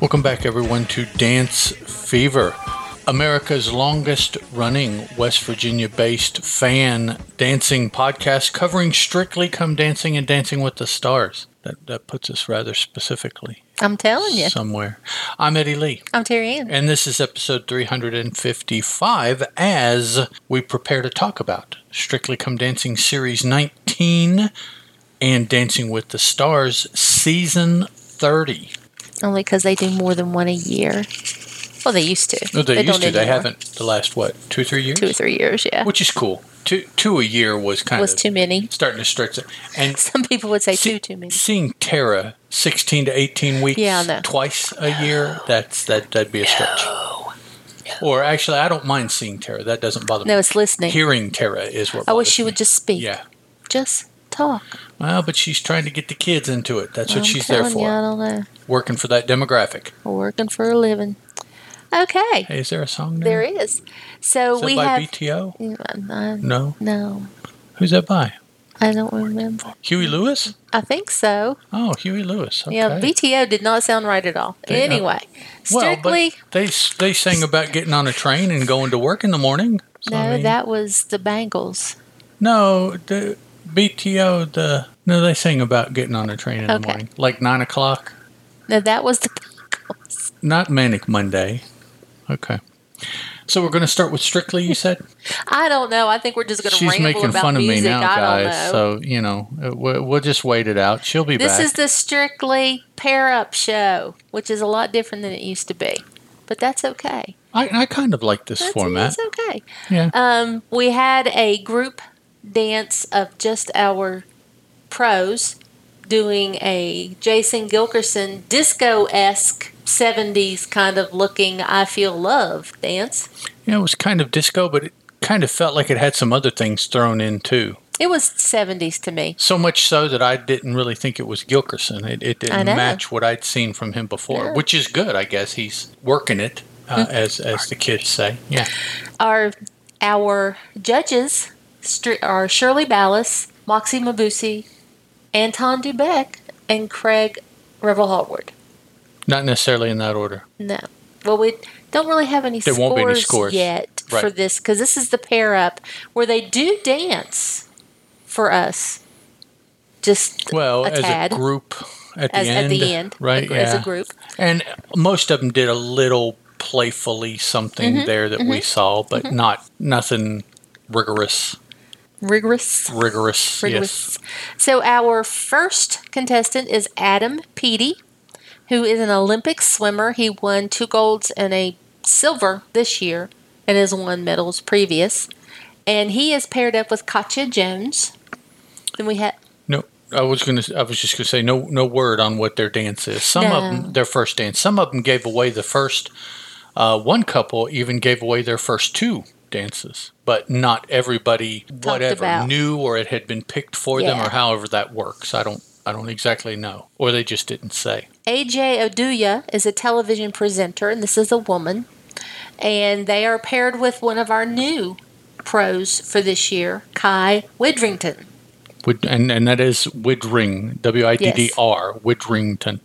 Welcome back, everyone, to Dance Fever, America's longest running West Virginia based fan dancing podcast covering strictly Come Dancing and Dancing with the Stars. That, that puts us rather specifically I'm telling you. somewhere. I'm Eddie Lee, I'm Terry Ann. and this is episode 355 as we prepare to talk about Strictly Come Dancing Series 19 and Dancing with the Stars Season 30. Only because they do more than one a year. Well, they used to. No, they, used to. They anymore. haven't the last what two three years, Two or three years, yeah. which is cool. Two two a year was kind was of too many. starting to stretch it. And Some people would say see- two too many. Seeing Tara sixteen to eighteen weeks, Yeah, I know. twice a year, that's that that'd be a stretch. Or actually, I don't mind seeing Tara. That doesn't bother No, me. it's listening. Hearing Tara is what. I wish bothers she me. would just speak. Yeah. Just talk. Well, but she's trying to get the kids into it. That's what I'm she's there telling for. You, I don't know. Working for that demographic. We're working for a living. Okay. Hey, is there a song There there? is. So Is that we by have. BTO? I- No. no, Who's that by? I don't remember. Huey Lewis? I think so. Oh, Huey Lewis. Okay. Yeah, BTO did not sound right at all. They- uh, anyway, Well, strictly. but they they sang about getting on a train and going to work in the morning. So, no, I mean- that was the Bangles. no the BTO the no they sang about getting on a train in the Okay. morning like nine o'clock. No, that was the Bangles. Not Manic Monday. Okay, so we're going to start with Strictly. You said I don't know. I think we're just going to she's ramble making about fun of music. me now, I don't guys. know. So you know uh, we'll, we'll just wait it out. She'll be this back. is the strictly pair up show, which is a lot different than it used to be, but that's okay. I, I kind of like this That's, format. that's okay. Yeah. Um, we had a group dance of just our pros doing a Jason Gilkerson disco esque 70s kind of looking I Feel Love dance. yeah, it was kind of disco, but it kind of felt like it had some other things thrown in too. It was 70s to me. So much so that I didn't really think it was Gilkerson. It, it didn't know. match what I'd seen from him before, No. which is good, I guess. He's working it, Hmm. uh, as as the kids say. Yeah, Our, our judges stri- are Shirley Ballas, Moxie Mabusi, Anton Dubek, and Craig Revel Hallward. not necessarily in that order. No. Well, we don't really have any There scores, won't be any scores. yet Right. for this because this is the pair up where they do dance for us. Just Well, a as tad a group at the as end, at the end, right? a gr- yeah. As a group, and most of them did a little playfully something Mm-hmm. there that we saw, but not nothing rigorous. rigorous, Rigorous, yes. rigorous. So our first contestant is Adam Peaty, who is an Olympic swimmer. He won two golds and a silver this year, and has won medals previous. And he is paired up with Katya Jones. Then we have No, I was gonna. I was just gonna say no. No word on what their dance is. Some of No. them, their first dance. Some of them gave away the first. Uh, one couple even gave away their first two dances, but not everybody whatever about. knew or it had been picked for them Yeah. or however that works. I don't. I don't exactly know, or they just didn't say. AJ Oduya is a television presenter, and this is a woman. And they are paired with one of our new pros for this year, Kai Widrington. Would and and that is Widring W I D D Yes. R Widrington.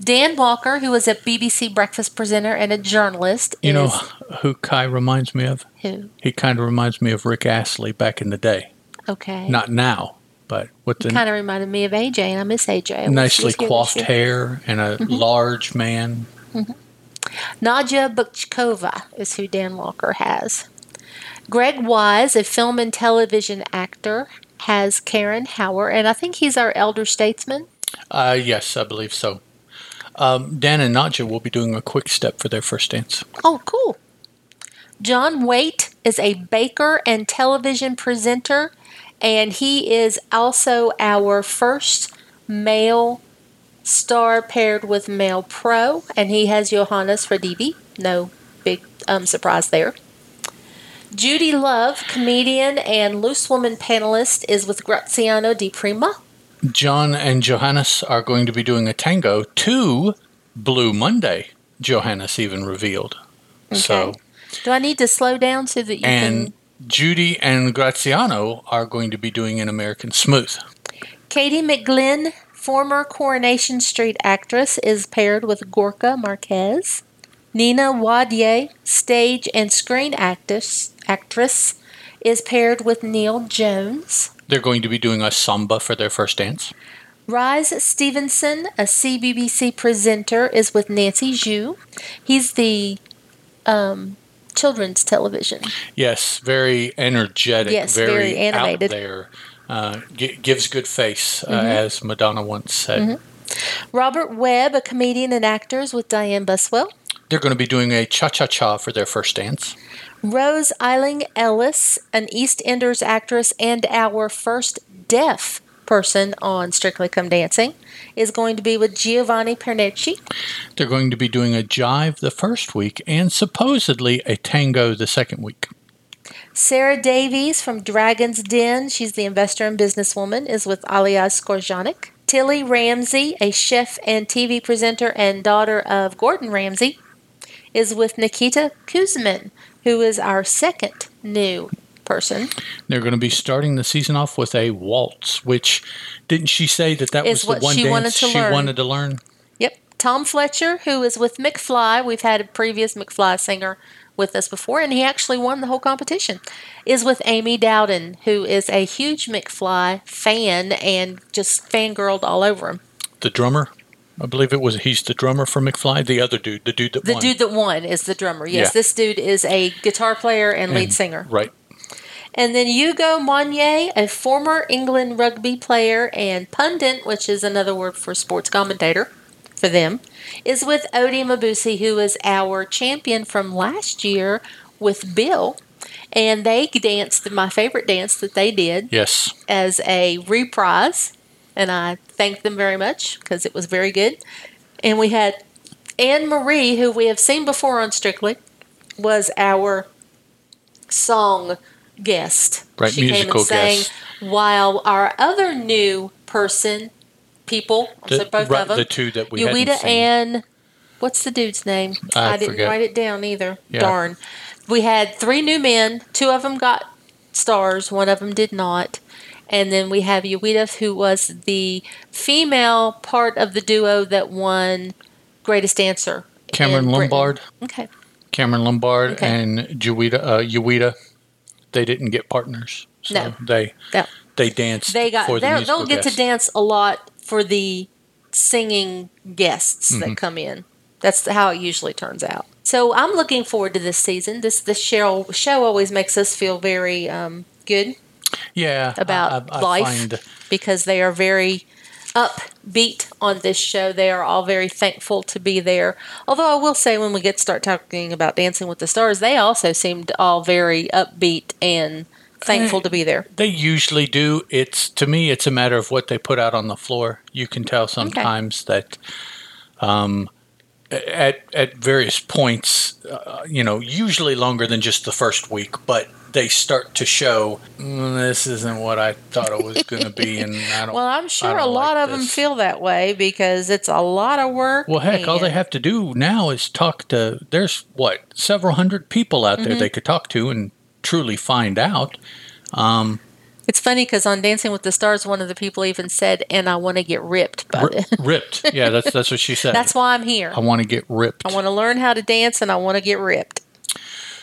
Dan Walker, who is a BBC breakfast presenter and a journalist, You know is who Kai reminds me of? who? He kind of reminds me of Rick Astley back in the day. Okay. Not now, but with the kind of reminded me of AJ, and I miss AJ. I wish she nicely was here this coiffed year. hair and a large man. Nadja Bukchkova is who Dan Walker has. Greg Wise, a film and television actor, has Karen Hauer, and I think he's our elder statesman. Uh, yes, I believe so. Um, Dan and Nadja will be doing a quick step for their first dance. Oh, cool. John Waite is a baker and television presenter, and he is also our first male star paired with male pro, and he has Johannes Radivi. No big um, surprise there. Judy Love, comedian and loose woman panelist, is with Graziano Di Prima. John and Johannes are going to be doing a tango to Blue Monday, Johannes even revealed. So, Okay. Do I need to slow down so that you and can? Judy and Graziano are going to be doing an American Smooth. Katie McGlynn Former Coronation Street actress is paired with Gorka Marquez. Nina Wadier, stage and screen actress, actress is paired with Neil Jones. They're going to be doing a samba for their first dance. Rise Stevenson, a CBBC presenter, is with Nancy Zhu. He's the um, children's television. Yes, very energetic. Yes, very, very out animated. Mm-hmm. there. Uh, gi- gives good face, uh, as Madonna once said. Robert Webb, a comedian and actor, is with Diane Buswell. They're going to be doing a cha cha cha for their first dance. Rose Eiling Ellis, an EastEnders actress and our first deaf person on Strictly Come Dancing, is going to be with Giovanni Pernici. They're going to be doing a jive the first week and supposedly a tango the second week. Sarah Davies from Dragon's Den, she's the investor and businesswoman, is with Alia Skorjanik. Tilly Ramsey, a chef and TV presenter and daughter of Gordon Ramsay, is with Nikita Kuzmin, who is our second new person. They're going to be starting the season off with a waltz, which didn't she say that that Is was what the one she dance wanted to she learn. wanted to learn? Yep. Tom Fletcher, who is with McFly. We've had a previous McFly singer with us before, and he actually won the whole competition. Is with Amy Dowden, who is a huge McFly fan and just fangirled all over him. The drummer, I believe it was. He's the drummer for McFly. The other dude, the dude that The won. dude that won is the drummer. Yes, Yeah. this dude is a guitar player and lead And- singer. right. And then Hugo Monier, a former England rugby player and pundit, which is another word for sports commentator for them, is with Odie Mabusi, who is our champion from last year with Bill. And they danced my favorite dance that they did Yes. as a reprise. And I thank them very much because it was very good. And we had Anne Marie, who we have seen before on Strictly, was our song guest. Right, she musical came and sang, guest. While our other new person, people, The, so both right, of them, the two that we hadn't Ueda seen. and what's the dude's name? I didn't forget. write it down either. Yeah. Darn. We had three new men. Two of them got stars. One of them did not. And then we have Ueda, who was the female part of the duo that won Greatest Dancer. in Cameron Britain. Lombard, Okay. Cameron Lombard, Okay. and Juwita, uh, Ueda. They didn't get partners, so No. they No. they danced. They got. for the they'll- musical they'll get to guest. dance a lot for the singing guests Mm-hmm. that come in. That's how it usually turns out. So I'm looking forward to this season. This the show show always makes us feel very um, good Yeah, I- about I- I life find- because they are very upbeat on this show. They are all very thankful to be there. Although I will say, when we get start talking about Dancing with the Stars, they also seemed all very upbeat and thankful to be there. They usually do. It's to me, it's a matter of what they put out on the floor. You can tell sometimes that, um, at at various points, uh, you know, usually longer than just the first week, but they start to show "Mm, this isn't what I thought it was going to be, and I don't. Well, I I'm sure a don't lot like of them this." feel that way because it's a lot of work. Well, heck, all they and- have to do now is talk to. There's what several hundred people out Mm-hmm. there they could talk to and truly find out. It's funny because on Dancing with the Stars, one of the people even said, "And I want to get ripped by R- it." ripped, yeah, that's that's what she said. That's why I'm here. I want to get ripped. I want to learn how to dance, and I want to get ripped.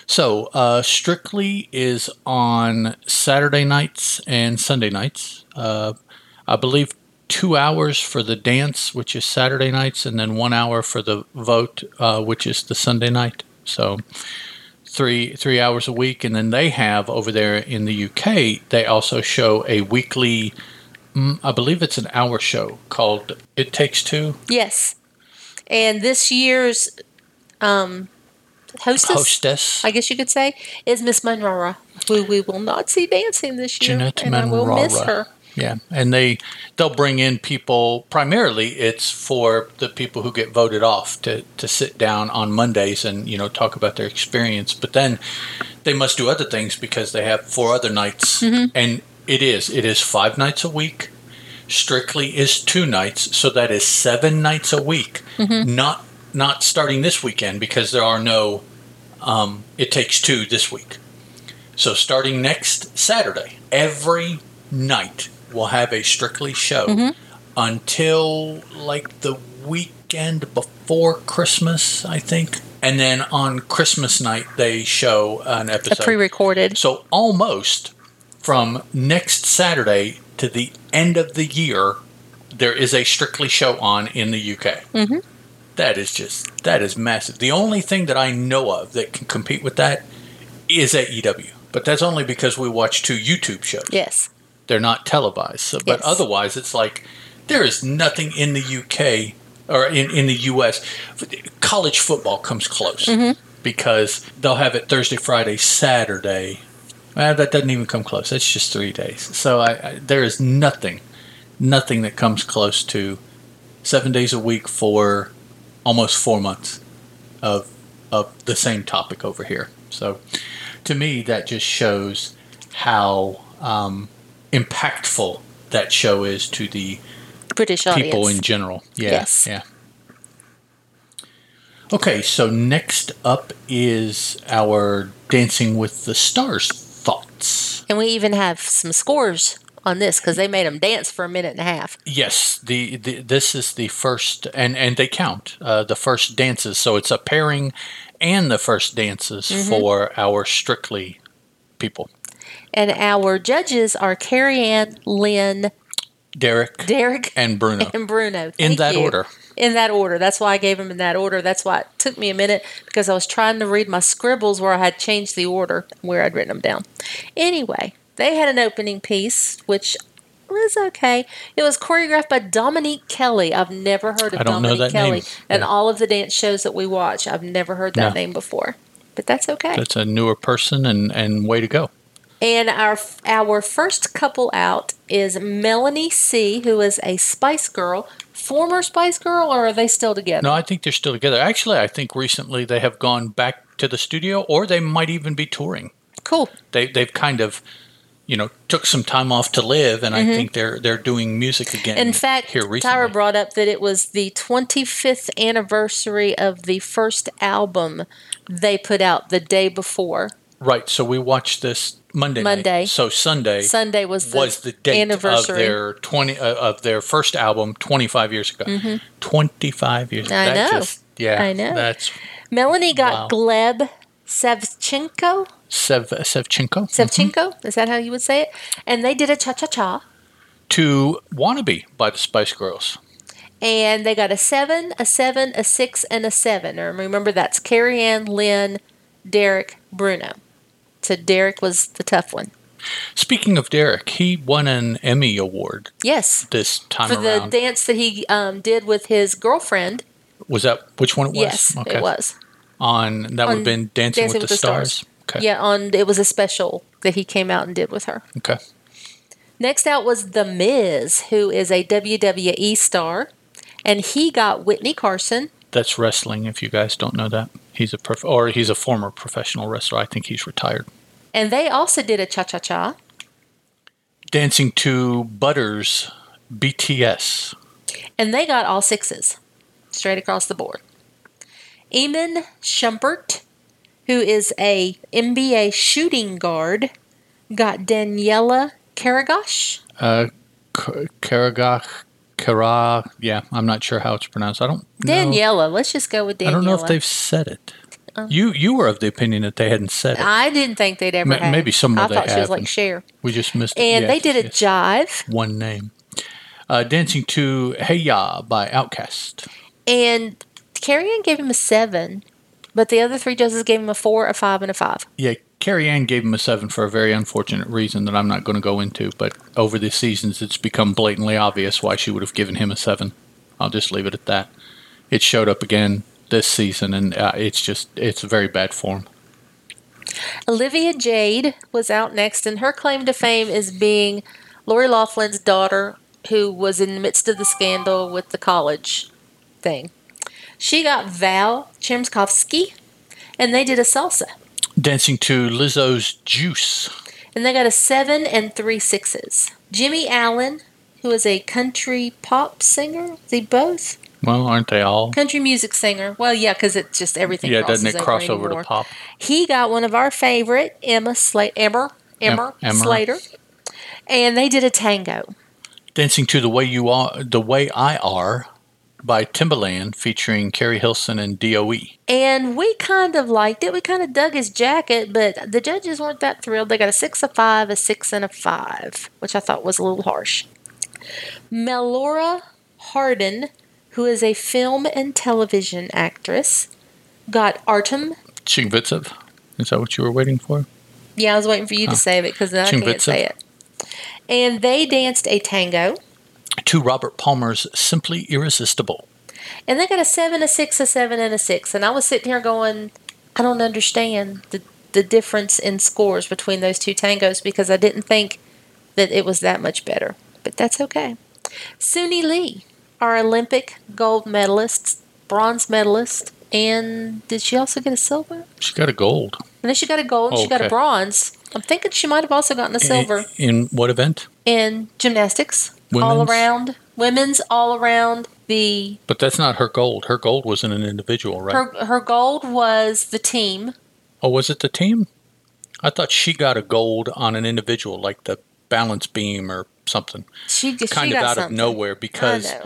So, uh, Strictly is on Saturday nights and Sunday nights. Uh, I believe two hours for the dance, which is Saturday nights, and then one hour for the vote, uh, which is the Sunday night. So, three three hours a week, and then they have over there in the UK. They also show a weekly. mm, I believe it's an hour show called "It Takes Two Yes, and this year's um, hostess, Hostess. I guess you could say, is Miss Monrara, who we will not see dancing this year, Jeanette and I will miss Monrara. her. Yeah, and they they'll bring in people. Primarily, it's for the people who get voted off to to sit down on Mondays and you know talk about their experience. But then they must do other things because they have four other nights, and it is it is five nights a week. Strictly is two nights, so that is seven nights a week. Not not starting this weekend because there are no. Um, it takes two this week. So starting next Saturday, every night we'll have a Strictly show until like the weekend before Christmas, I think. And then on Christmas night, they show an A episode. pre recorded. so almost from next Saturday to the end of the year, there is a Strictly show on in the UK. Mhm. That is just that is massive. The only thing that I know of that can compete with that is AEW, but that's only because we watch two YouTube shows Yes. they're not televised. So, but Yes. otherwise, it's like there is nothing in the UK or in, in the US. College football comes close because they'll have it Thursday, Friday, Saturday. Well, that doesn't even come close. That's just three days. So I, I, there is nothing, nothing that comes close to seven days a week for almost four months of of the same topic over here. So to me, that just shows how um, impactful that show is to the British audience. people in general. Yeah, Yes. Yeah. Okay, so next up is our Dancing with the Stars thoughts. and we even have some scores on this because they made them dance for a minute and a half. Yes, the, the this is the first, and and they count uh, the first dances, so it's a pairing and the first dances Mm-hmm. for our Strictly people. And our judges are Carrie Ann, Lynn, Derek Derek, and Bruno and Bruno. in Thank that you. order. In that order. That's why I gave them in that order. That's why it took me a minute because I was trying to read my scribbles where I had changed the order where I'd written them down. Anyway, they had an opening piece, which was okay. It was choreographed by Dominique Kelly. I've never heard of I don't know Dominique that Kelly. name. And Yeah. all of the dance shows that we watch, I've never heard that No. name before. But that's okay. That's a newer person and and way to go. And our our first couple out is Melanie C, who is a Spice Girl, former Spice Girl, or are they still together? No, I think they're still together. Actually, I think recently they have gone back to the studio, or they might even be touring. Cool. They they've kind of, you know, took some time off to live, and I think they're they're doing music again. Mm-hmm. In fact, here recently, Tyra brought up that it was the 25th anniversary of the first album they put out the day before. right? So we watched this Monday. night. Monday. So Sunday Sunday was the, was the date anniversary. of their twenty uh, of their first album, twenty five years ago. Twenty five years. Mm-hmm. I that know. Just, yeah, I know. That's Melanie got Wow. Gleb Savchenko. Sev Sevchenko Savchenko, is that how you would say it? And they did a cha cha cha. to "Wannabe" by the Spice Girls. and they got a seven, a seven, a six, and a seven. And remember, that's Carrie Ann, Lynn, Derek, Bruno. So Derek was the tough one. Speaking of Derek, he won an Emmy award Yes, this time for the around. dance that he um, did with his girlfriend. was that which one it was? Yes, it was. On that would On have been Dancing, with, the, Stars. Okay. Yeah, on it was a special that he came out and did with her. Okay. Next out was The Miz, who is a WWE star, and he got Whitney Carson. That's wrestling. If you guys don't know that, he's a prof- or he's a former professional wrestler. I think he's retired. And they also did a cha cha cha. Dancing to Butters, BTS. And they got all sixes straight across the board. Eamon Schumpert, who is a NBA shooting guard, got Daniela Karagosh. Uh, K- Karagach, Kara. Yeah, I'm not sure how it's pronounced. I don't. know- Daniela, let's just go with Daniela. Uh. I don't know if they've said it. You you were of the opinion that they hadn't said it. I didn't think they'd ever Ma- have. maybe somewhere I they thought she was have like and- Cher. We just missed. it. And they Yes, did a yes. jive, one name. Uh, Dancing to Hey Ya by Outkast. and Carrie Ann gave him a seven, but the other three judges gave him a four, a five, and a five. Yeah, Carrie Ann gave him a seven for a very unfortunate reason that I'm not going to go into, but over the seasons it's become blatantly obvious why she would have given him a seven. I'll just leave it at that. It showed up again this season, and uh, it's just, it's very bad form. Olivia Jade was out next, and her claim to fame is being Lori Laughlin's daughter, who was in the midst of the scandal with the college thing. She got Val Chemskovsky, and they did a salsa, Dancing to Lizzo's Juice. and they got a seven and three sixes. Jimmy Allen, who is a country pop singer, they both Well, aren't they all? country music singer. Well, yeah, because it's just everything. Yeah, crosses doesn't it cross over over to anymore. pop? He got one of our favorite, Emma Slater, Emma, Emma, Em- Emma. Slater, and they did a tango. Dancing to the Way You Are, The Way I Are by Timbaland featuring Carrie Hilson and E. DOE. And we kind of liked it. We kind of dug his jacket, but the judges weren't that thrilled. They got a six, a five, a six, and a five, which I thought was a little harsh. Melora Hardin, who is a film and television actress, got Artem. Chingvitsev. Is that what you were waiting for? Yeah, I was waiting for you to say it because I can't Chingvitsa. say it. And they danced a tango. To Robert Palmer's Simply Irresistible. And they got a seven, a six, a seven, and a six. And I was sitting here going, I don't understand the, the difference in scores between those two tangos because I didn't think that it was that much better. But that's okay. Suni Lee, our Olympic gold medalist, bronze medalist, and did she also get a silver? And She got a gold. then she got a gold, and she got a Okay. bronze. I'm thinking she might have also gotten a silver In, in what event? in gymnastics, all Women's? around, women's all around, the But that's not her gold. Her gold was in an individual, right? Her her gold was the team. oh, was it the team? I thought she got a gold on an individual, like the balance beam or something. She she Kind of got out something. of nowhere uh, because I know.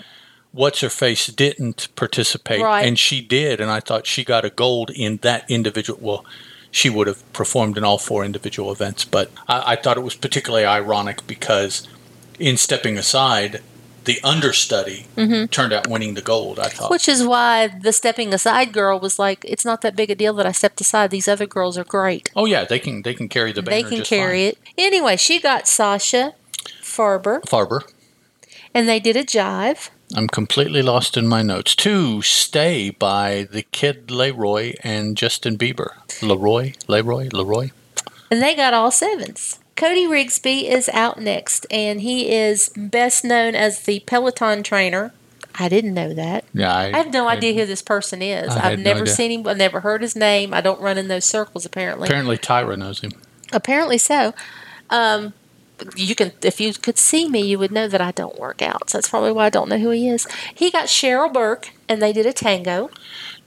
What's Her Face didn't participate. Right. And she did. And I thought she got a gold in that individual. Well, she would have performed in all four individual events. But I, I thought it was particularly ironic because in stepping aside, the understudy turned out winning the gold, I thought. Mm-hmm. Which is why the stepping aside girl was like, it's not that big a deal that I stepped aside. These other girls are great. Oh yeah, they can they can carry the banner. They can just carry fine. it. Anyway, she got Sasha Farber, Farber, and they did a jive. I'm completely lost in my notes. Two stay by the kid Leroy and Justin Bieber. Leroy, Leroy, Leroy. And they got all sevens. Cody Rigsby is out next, and he is best known as the Peloton trainer. I didn't know that. Yeah, I, I have no idea who this person is. I had I've no never idea. seen him. I've never heard his name. I don't run in those circles, apparently. Apparently, Tyra knows him. Apparently so. Um, you can, if you could see me, you would know that I don't work out. So that's probably why I don't know who he is. He got Cheryl Burke, and they did a tango,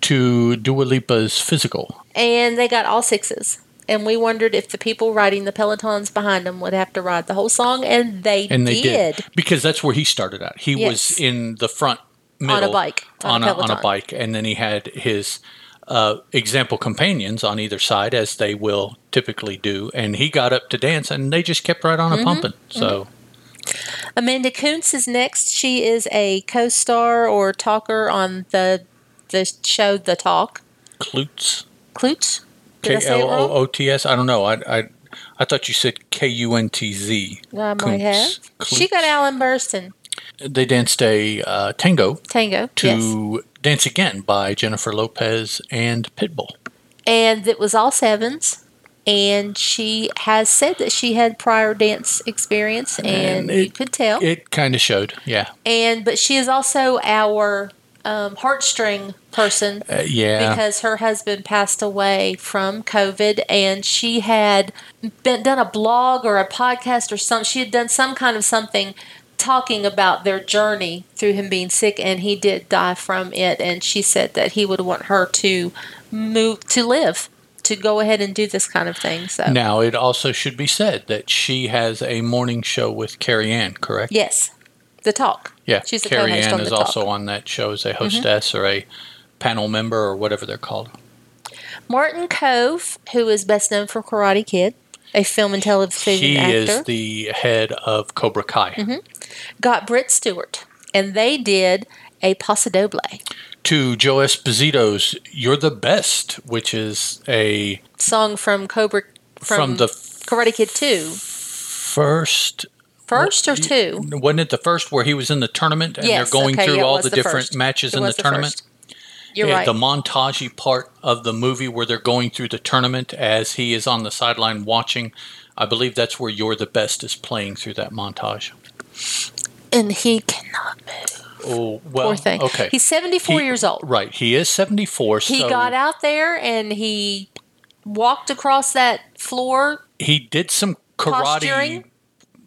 To Dua Lipa's physical. and they got all sixes. And we wondered if the people riding the pelotons behind them would have to ride the whole song, and they, And they did, did. because that's where he started out. He Yes. was in the front middle on a bike, on, a, on a Peloton. bike, and then he had his uh, example companions on either side, as they will typically do. And he got up to dance, and they just kept right on a Mm-hmm. pumping. So Amanda Kuntz is next. She is a co-star or talker on the the show The Talk. Klutz, Klutz. Did K I say it L O wrong? O T S. I don't know. I, I I thought you said K U N T Z. I might have. Kuntz. She got Alan Burstyn They danced a uh, tango tango. to yes. "Dance Again" by Jennifer Lopez and Pitbull. and it was all sevens. And she has said that she had prior dance experience, and, And it- you could tell. It kind of showed, yeah, and but she is also our um, heartstring person uh, yeah. because her husband passed away from COVID, and she had been done a blog or a podcast or something. She had done some kind of something talking about their journey through him being sick, and he did die from it. And she said that he would want her to move to live to go ahead and do this kind of thing. So Now, it also should be said that she has a morning show with Carrie Ann, correct? yes, the talk. Yeah. she's the Carrie co-host Ann on is the also talk. Mm-hmm. on that show as a hostess or a panel member or whatever they're called. Martin Cove, who is best known for Karate Kid, a film and television he actor. Mm-hmm. is the head of Cobra Kai. got Britt Stewart, and they did a Paso Doble To Joe Esposito's You're the Best, which is a song from Cobra from, From the Karate Kid Two, first first or two? wasn't it the first where he was in the tournament and Yes, they're going okay, through yeah, it all was the, the different first. matches It in the was the tournament? first. You're Yeah, right. the montage part of the movie where they're going through the tournament as he is on the sideline watching. I believe that's where You're the Best is playing through that montage. and he cannot move. Oh, well, Poor thing. okay. He's 74 He- years old. Right. He is 74. He so got out there and he walked across that floor. He did some karate Posturing?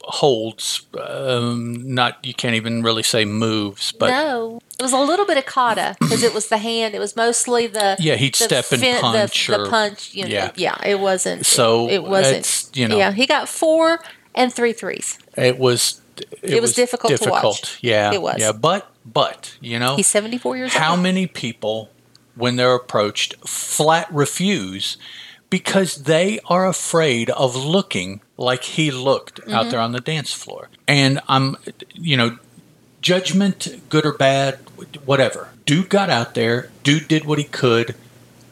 holds. Um, not, you can't even really say moves, but no, it was a little bit of kata because it was the hand. It was mostly the Yeah, he'd the step and fin- the- punch The, or- punch, you know, yeah, yeah. it wasn't. So, it wasn't. it's, you know. yeah, he got four and three threes. it was It was difficult to watch. Yeah, It was. Yeah, but but you know, He's 74 years how old. many people, when they're approached, flat refuse because they are afraid of looking like he looked out Mm-hmm. there on the dance floor. And I'm, you know, judgment, good or bad, whatever. Dude got out there, dude did what he could.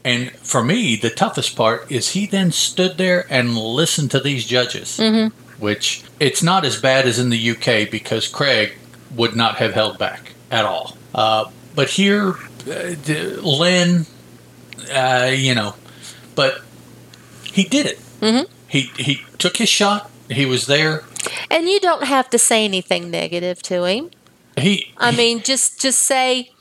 And for me, the toughest part is he then stood there and listened to these judges, mm-hmm. which it's not as bad as in the UK because Craig would not have held back at all. Uh, but here, uh, d- Lynn, uh, you know, but he did it. Mm-hmm. He he took his shot. He was there. And you don't have to say anything negative to him. He. I mean, just just say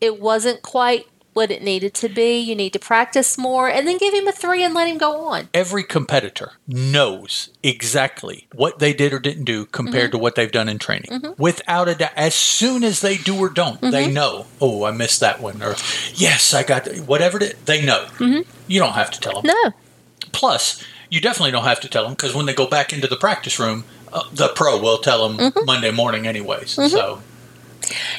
it wasn't quite what it needed to be. You need to practice more, and then give him a three and let him go on. every competitor knows exactly what they did or didn't do compared Mm-hmm. to what they've done in training. Without a doubt, as soon as they do or don't, Mm-hmm. they know. Oh, I missed that one, or yes, I got whatever. It, is," they know. You don't have to tell them. Mm-hmm. No, Plus, you definitely don't have to tell them because when they go back into the practice room, uh, the pro will tell them Mm-hmm. Monday morning, anyways. So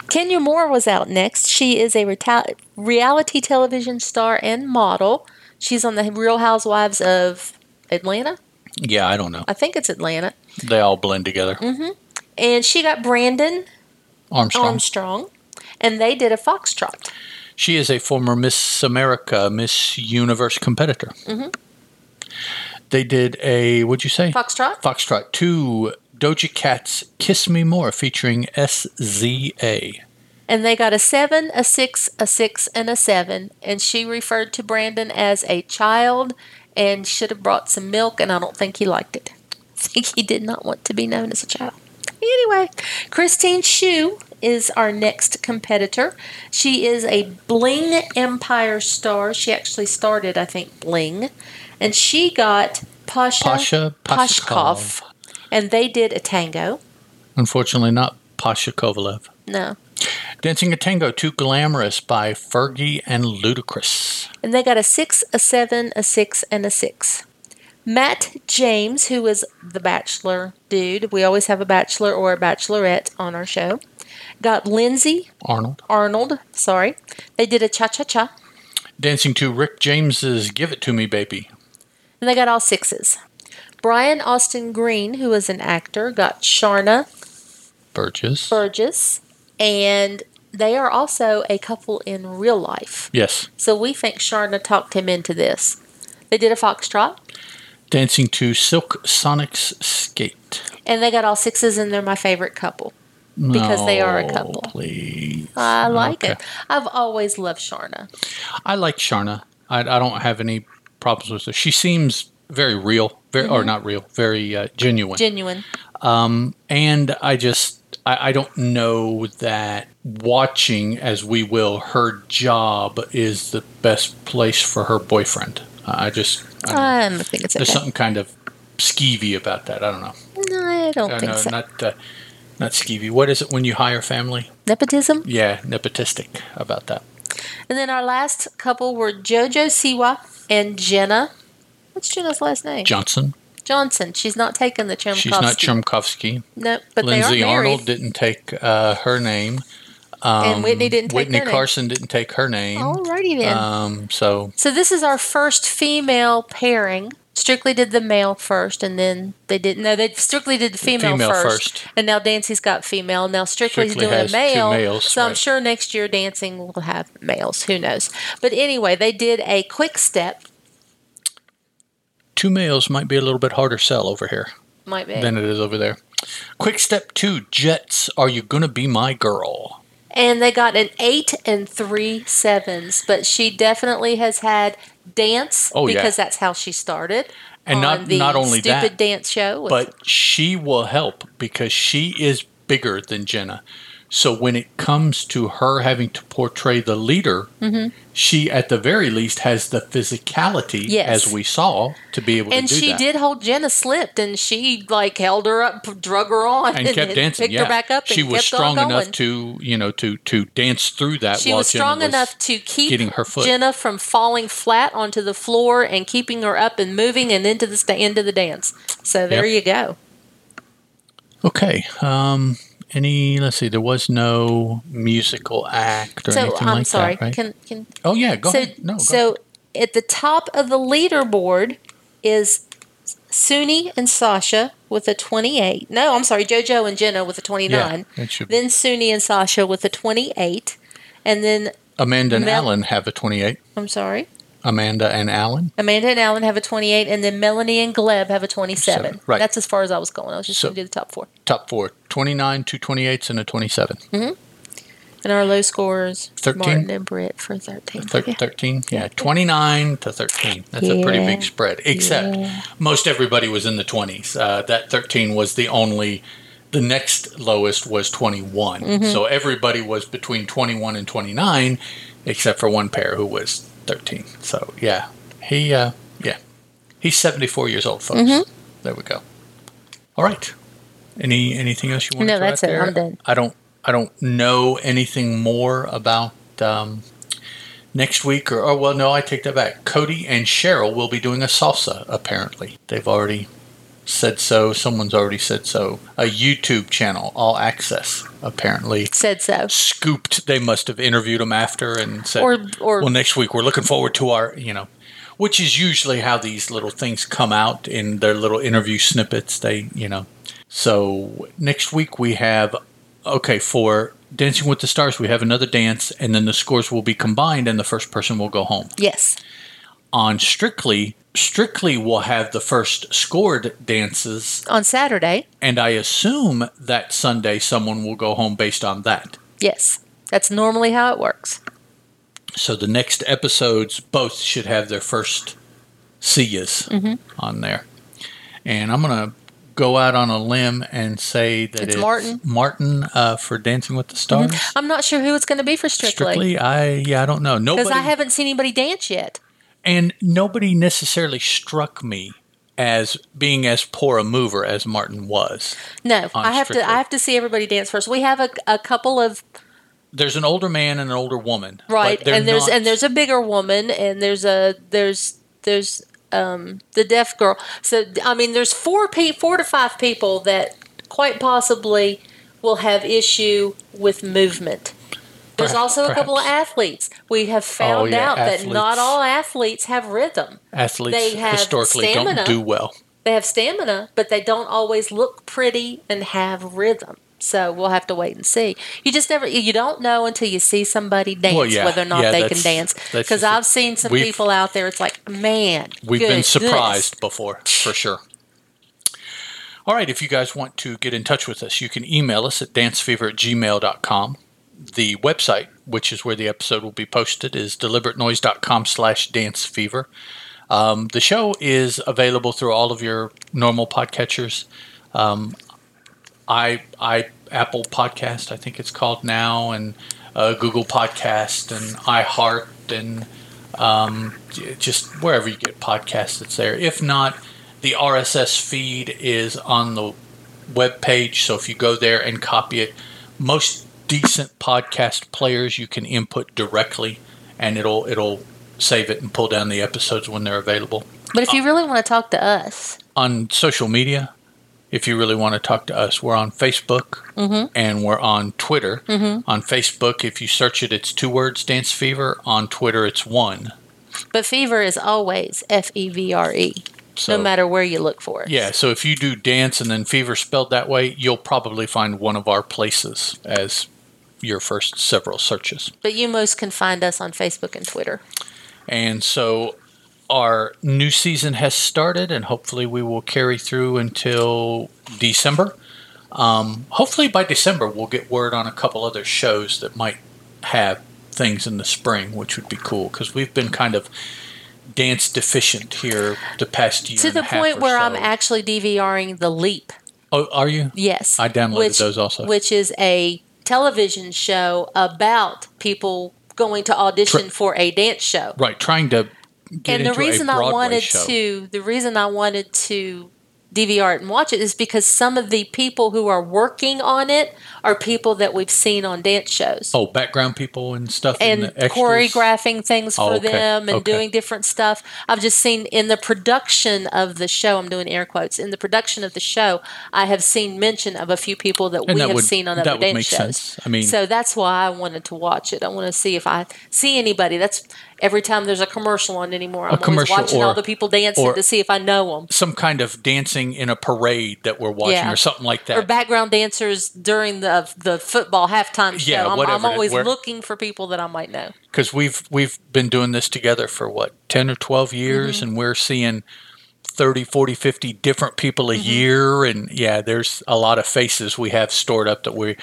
Kenya Moore was out next. She is a reta- reality television star and model. She's on the Real Housewives of Atlanta. yeah, I don't know. I Mm-hmm. think it's Atlanta. They all blend together. And she got Brandon Armstrong. Armstrong, and they did a foxtrot. She is a former Miss America, Miss Universe competitor. Mm-hmm. They did a what'd you say? Foxtrot? Foxtrot two Doja Cat's "Kiss Me More" featuring SZA. And they got a seven, a six, a six, and a seven. And she referred to Brandon as a child and should have brought some milk, and I don't think he liked it. I think he did not want to be known as a child. Anyway, Christine Shu is our next competitor. She is a Bling Empire star. She actually started, I think, Bling. And she got Pasha, Pasha Pashkov. Pashkov. And they did a tango. Unfortunately, not Pasha Kovalev. No. Dancing a Tango, Too Glamorous by Fergie and Ludacris. And they got a six, a seven, a six, and a six. Matt James, who is the bachelor dude, we always have a bachelor or a bachelorette on our show, got Lindsay Arnold. Arnold. Sorry. They did a cha cha cha. Dancing to Rick James's Give It To Me Baby. And they got all sixes. Brian Austin Green, who is an actor, got Sharna Burgess. Burgess. And they are also a couple in real life. yes. So we think Sharna talked him into this. They did a foxtrot. Dancing to Silk Sonic's Skate. And they got all sixes, and they're my favorite couple. Because they are a No, couple. Please. I like Oh, Okay. it. I've always loved Sharna. I like Sharna. I, I don't have any problems with her. She seems very real, very Mm-hmm. or not real, very uh, genuine. Genuine. and I just I, I don't know that watching as we will her job is the best place for her boyfriend. I I just I don't know. I don't think it's there's Uh, okay. something kind of skeevy about that. I don't know. No, I don't Uh, think no, so. not uh, not skeevy. What is it when you hire family? Nepotism. Yeah, nepotistic about that. And then our last couple were JoJo Siwa and Jenna. What's Jenna's last name? Johnson. Johnson. She's not taking the Chermkovsky. She's not Chumkovsky. No, but Lindsay they are married. Arnold didn't take uh, her name. Um, and Whitney didn't Whitney take Oh, her Carson didn't take her name. name. Alrighty then. Um, so so this is our first female pairing. Strictly did the male first, and then they didn't. No, they strictly did the female, Female first, first. and now Dancy's got female. Now Strictly's Strictly doing a has two male, males, so I'm right. sure next year Dancing will have males. Who knows? But anyway, they did a quick step. two males might be a little bit harder sell over here Might be than it is over there. Quick step two, Jets, are you gonna be my girl? And they got an eight and three sevens, but she definitely has had dance Oh, yeah. because that's how she started. And on not- the not only that, stupid dance show, with- But she will help because she is bigger than Jenna. So when it comes to her having to portray the leader, Mm-hmm. she at the very least has the physicality, Yes. as we saw, to be able and to do she that. did hold Jenna slipped, and she like held her up, drug her on, and kept then dancing. picked yeah, her back up. she and was kept strong on enough going. to you know to to dance through that. She while was Jenna strong was- enough to keep getting her foot. Jenna from falling flat onto the floor and keeping her up and moving and into the sta- into the dance. So there Yep. you go. Okay. Um, any? Let's see. There was no musical act or So anything I'm like sorry. that, right? Can can oh yeah. Go so ahead. No. Go so at the top of the leaderboard is Suni and Sasha with a 28. No, I'm sorry, JoJo and Jenna with a 29. ahead. Yeah, it should be. Then Suni and Sasha with a 28, and then Amanda and Mel- Alan have a 28. I'm sorry, Amanda and Alan. Amanda and Alan have a 28, and then Melanie and Gleb have a 27. Seven, right. That's as far as I was going. I was just So- going to do the top four. Top four. 29, two 28s, and a 27. And our low scorers, 13. Martin and Britt for 13. Thir- Yeah. 13? Yeah. 29 to 13. That's a pretty Yeah. big spread, except Yeah. most everybody was in the 20s. Uh, that 13 was the only, the next lowest was 21. Mm-hmm. So everybody was between 21 and 29, except for one pair who was 13. So, yeah. He, uh, yeah. He's 74 years old, folks. Mm-hmm. There we go. All right. Any anything else you want No, to throw that's out it. there? I'm done. I don't I don't know anything more about um, next week or oh well no I take that back. Cody and Cheryl will be doing a salsa apparently. They've already said so. Someone's already said so. A YouTube channel, all access apparently. Said so. Scooped. They must have interviewed them after and said, Or, or well next week we're looking forward to our you know which is usually how these little things come out in their little interview snippets they you know so next week we have okay for dancing with the stars we have another dance and then the scores will be combined and the first person will go home yes. on strictly strictly will have the first scored dances On Saturday, and i assume that sunday someone will go home based on that yes. That's normally how it works. So the next episodes both should have their first see yous Mm-hmm. on there. And I'm going to go out on a limb and say that It's Martin. Martin uh, for Dancing with the Stars. I'm not sure who it's going to be for Strictly Strictly, I yeah, I don't know. Nobody because I haven't seen anybody dance yet. and nobody necessarily struck me as being as poor a mover as Martin was. No, I have to. Strictly. I have to see everybody dance first. We have a, a couple of There's an older man and an older woman, but right, they're and there's not- and there's a bigger woman, and there's a there's there's um the deaf girl. So I mean, there's four pe- four to five people that quite possibly will have issue with movement. There's Perha- also a couple of perhaps. Oh, athletes. We have found yeah, out that not athletes. all athletes have rhythm. athletes they have historically stamina. don't do well. they have stamina, but they don't always look pretty and have rhythm. So we'll have to wait and see. You just never, you don't know until you see somebody dance Well, yeah. whether or not Yeah, they can that's- dance. that's Because just- I've seen some we've- people out there. It's like, man, We've good been goodness. surprised before, for sure. All right, if you guys want to get in touch with us, you can email us at dancefever at gmail.com. The website, which is where the episode will be posted, is deliberatenoise.com slash dancefever. Um, the show is available through all of your normal podcatchers. Um, I, I, Apple Podcast, I think it's called now, and uh, Google Podcast, and iHeart, and just wherever you get podcasts, it's there. If not, the RSS feed is on the web page. So if you go there and copy it, most decent podcast players you can input directly, and it'll it'll save it and pull down the episodes when they're available But if you really want to talk to us, on social media. If you really want to talk to us, we're on Facebook Mm-hmm. and we're on Twitter. On Facebook, if you search it, it's two words, Dance Fever. On Twitter, it's one. but fever is always F E V R E, So no matter where you look for it. Yeah, so if you do dance and then fever spelled that way, you'll probably find one of our places as your first several searches. But you most can find us on Facebook and Twitter. And so our new season has started, and hopefully we will carry through until December. Um, hopefully by December, we'll get word on a couple other shows that might have things in the spring, which would be cool because we've been kind of dance deficient here the past year. To and the a half point or where so. I'm actually DVRing the leap. Oh, are you? Yes. I downloaded those also. Which is a television show about people going to audition Tr- for a dance show. Right, trying to get and the into reason a I Broadway wanted show. to the reason I wanted to DVR it and watch it is because some of the people who are working on it are people that we've seen on dance shows. Oh, background people and stuff. and the extras? choreographing things for Oh, okay, them and okay. doing different stuff. I've just seen in the production of the show, I'm doing air quotes, in the production of the show, I have seen mention of a few people that And we that have would- seen on that other would dance make shows. sense. I mean- so that's why I wanted to watch it. I want to see if I see anybody. That's every time there's a commercial on anymore. I'm always commercial watching or- all the people dancing or- to see if I know them. Some kind of dancing in a parade that we're watching Yeah. or something like that. Or background dancers during the the football halftime show. Yeah, I'm, I'm whatever it- always where- looking for people that I might know. because we've we've been doing this together for what 10 or 12 years Mm-hmm. and we're seeing 30 40 50 different people Mm-hmm. a year and yeah there's a lot of faces we have stored up that we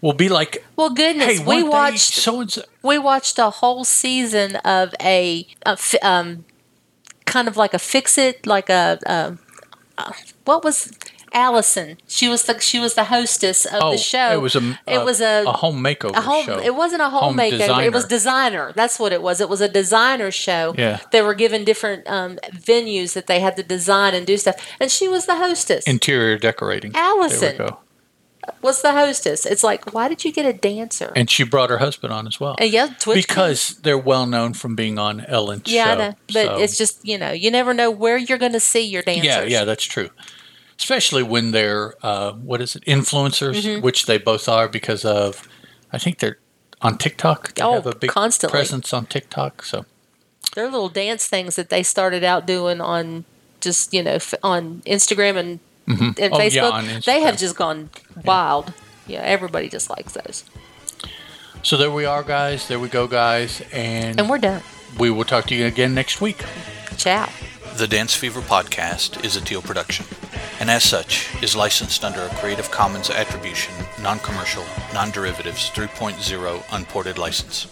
will be like Well, hey goodness, one we day watched so and so we watched a whole season of a, a fi- um, kind of like a fix it like a, a, a what was Allison? She was the she was the hostess of oh the show. it was a it was a, a home makeover a home. show It wasn't a home, Home makeover. It was designer. designer. That's what it was. It was a designer show. Yeah. they were given different um, venues that they had to design and do stuff, and she was the hostess. interior decorating there Allison. we go was the hostess. It's like, why did you get a dancer? and she brought her husband on as well And yeah, Twitch because they're well known from being on Ellen's Yeah, I show know. But so- it's just, you know, you never know where you're going to see your dancers. Yeah, yeah, that's true. Especially when they're uh, what is it influencers, Mm-hmm. which they both are because of, I think they're on TikTok. They Oh, have a big constantly. presence on TikTok. So They're little dance things that they started out doing on just, you know, f- on Instagram and, and Oh, yeah, Facebook. on They have Instagram. just gone wild. Yeah, everybody just likes those. so there we are, guys. There we go, guys, and, And we're done. we will talk to you again next week. Ciao. The Dance Fever podcast is a teal production, and as such, is licensed under a Creative Commons Attribution, Non Commercial, Non Derivatives 3.0 Unported License.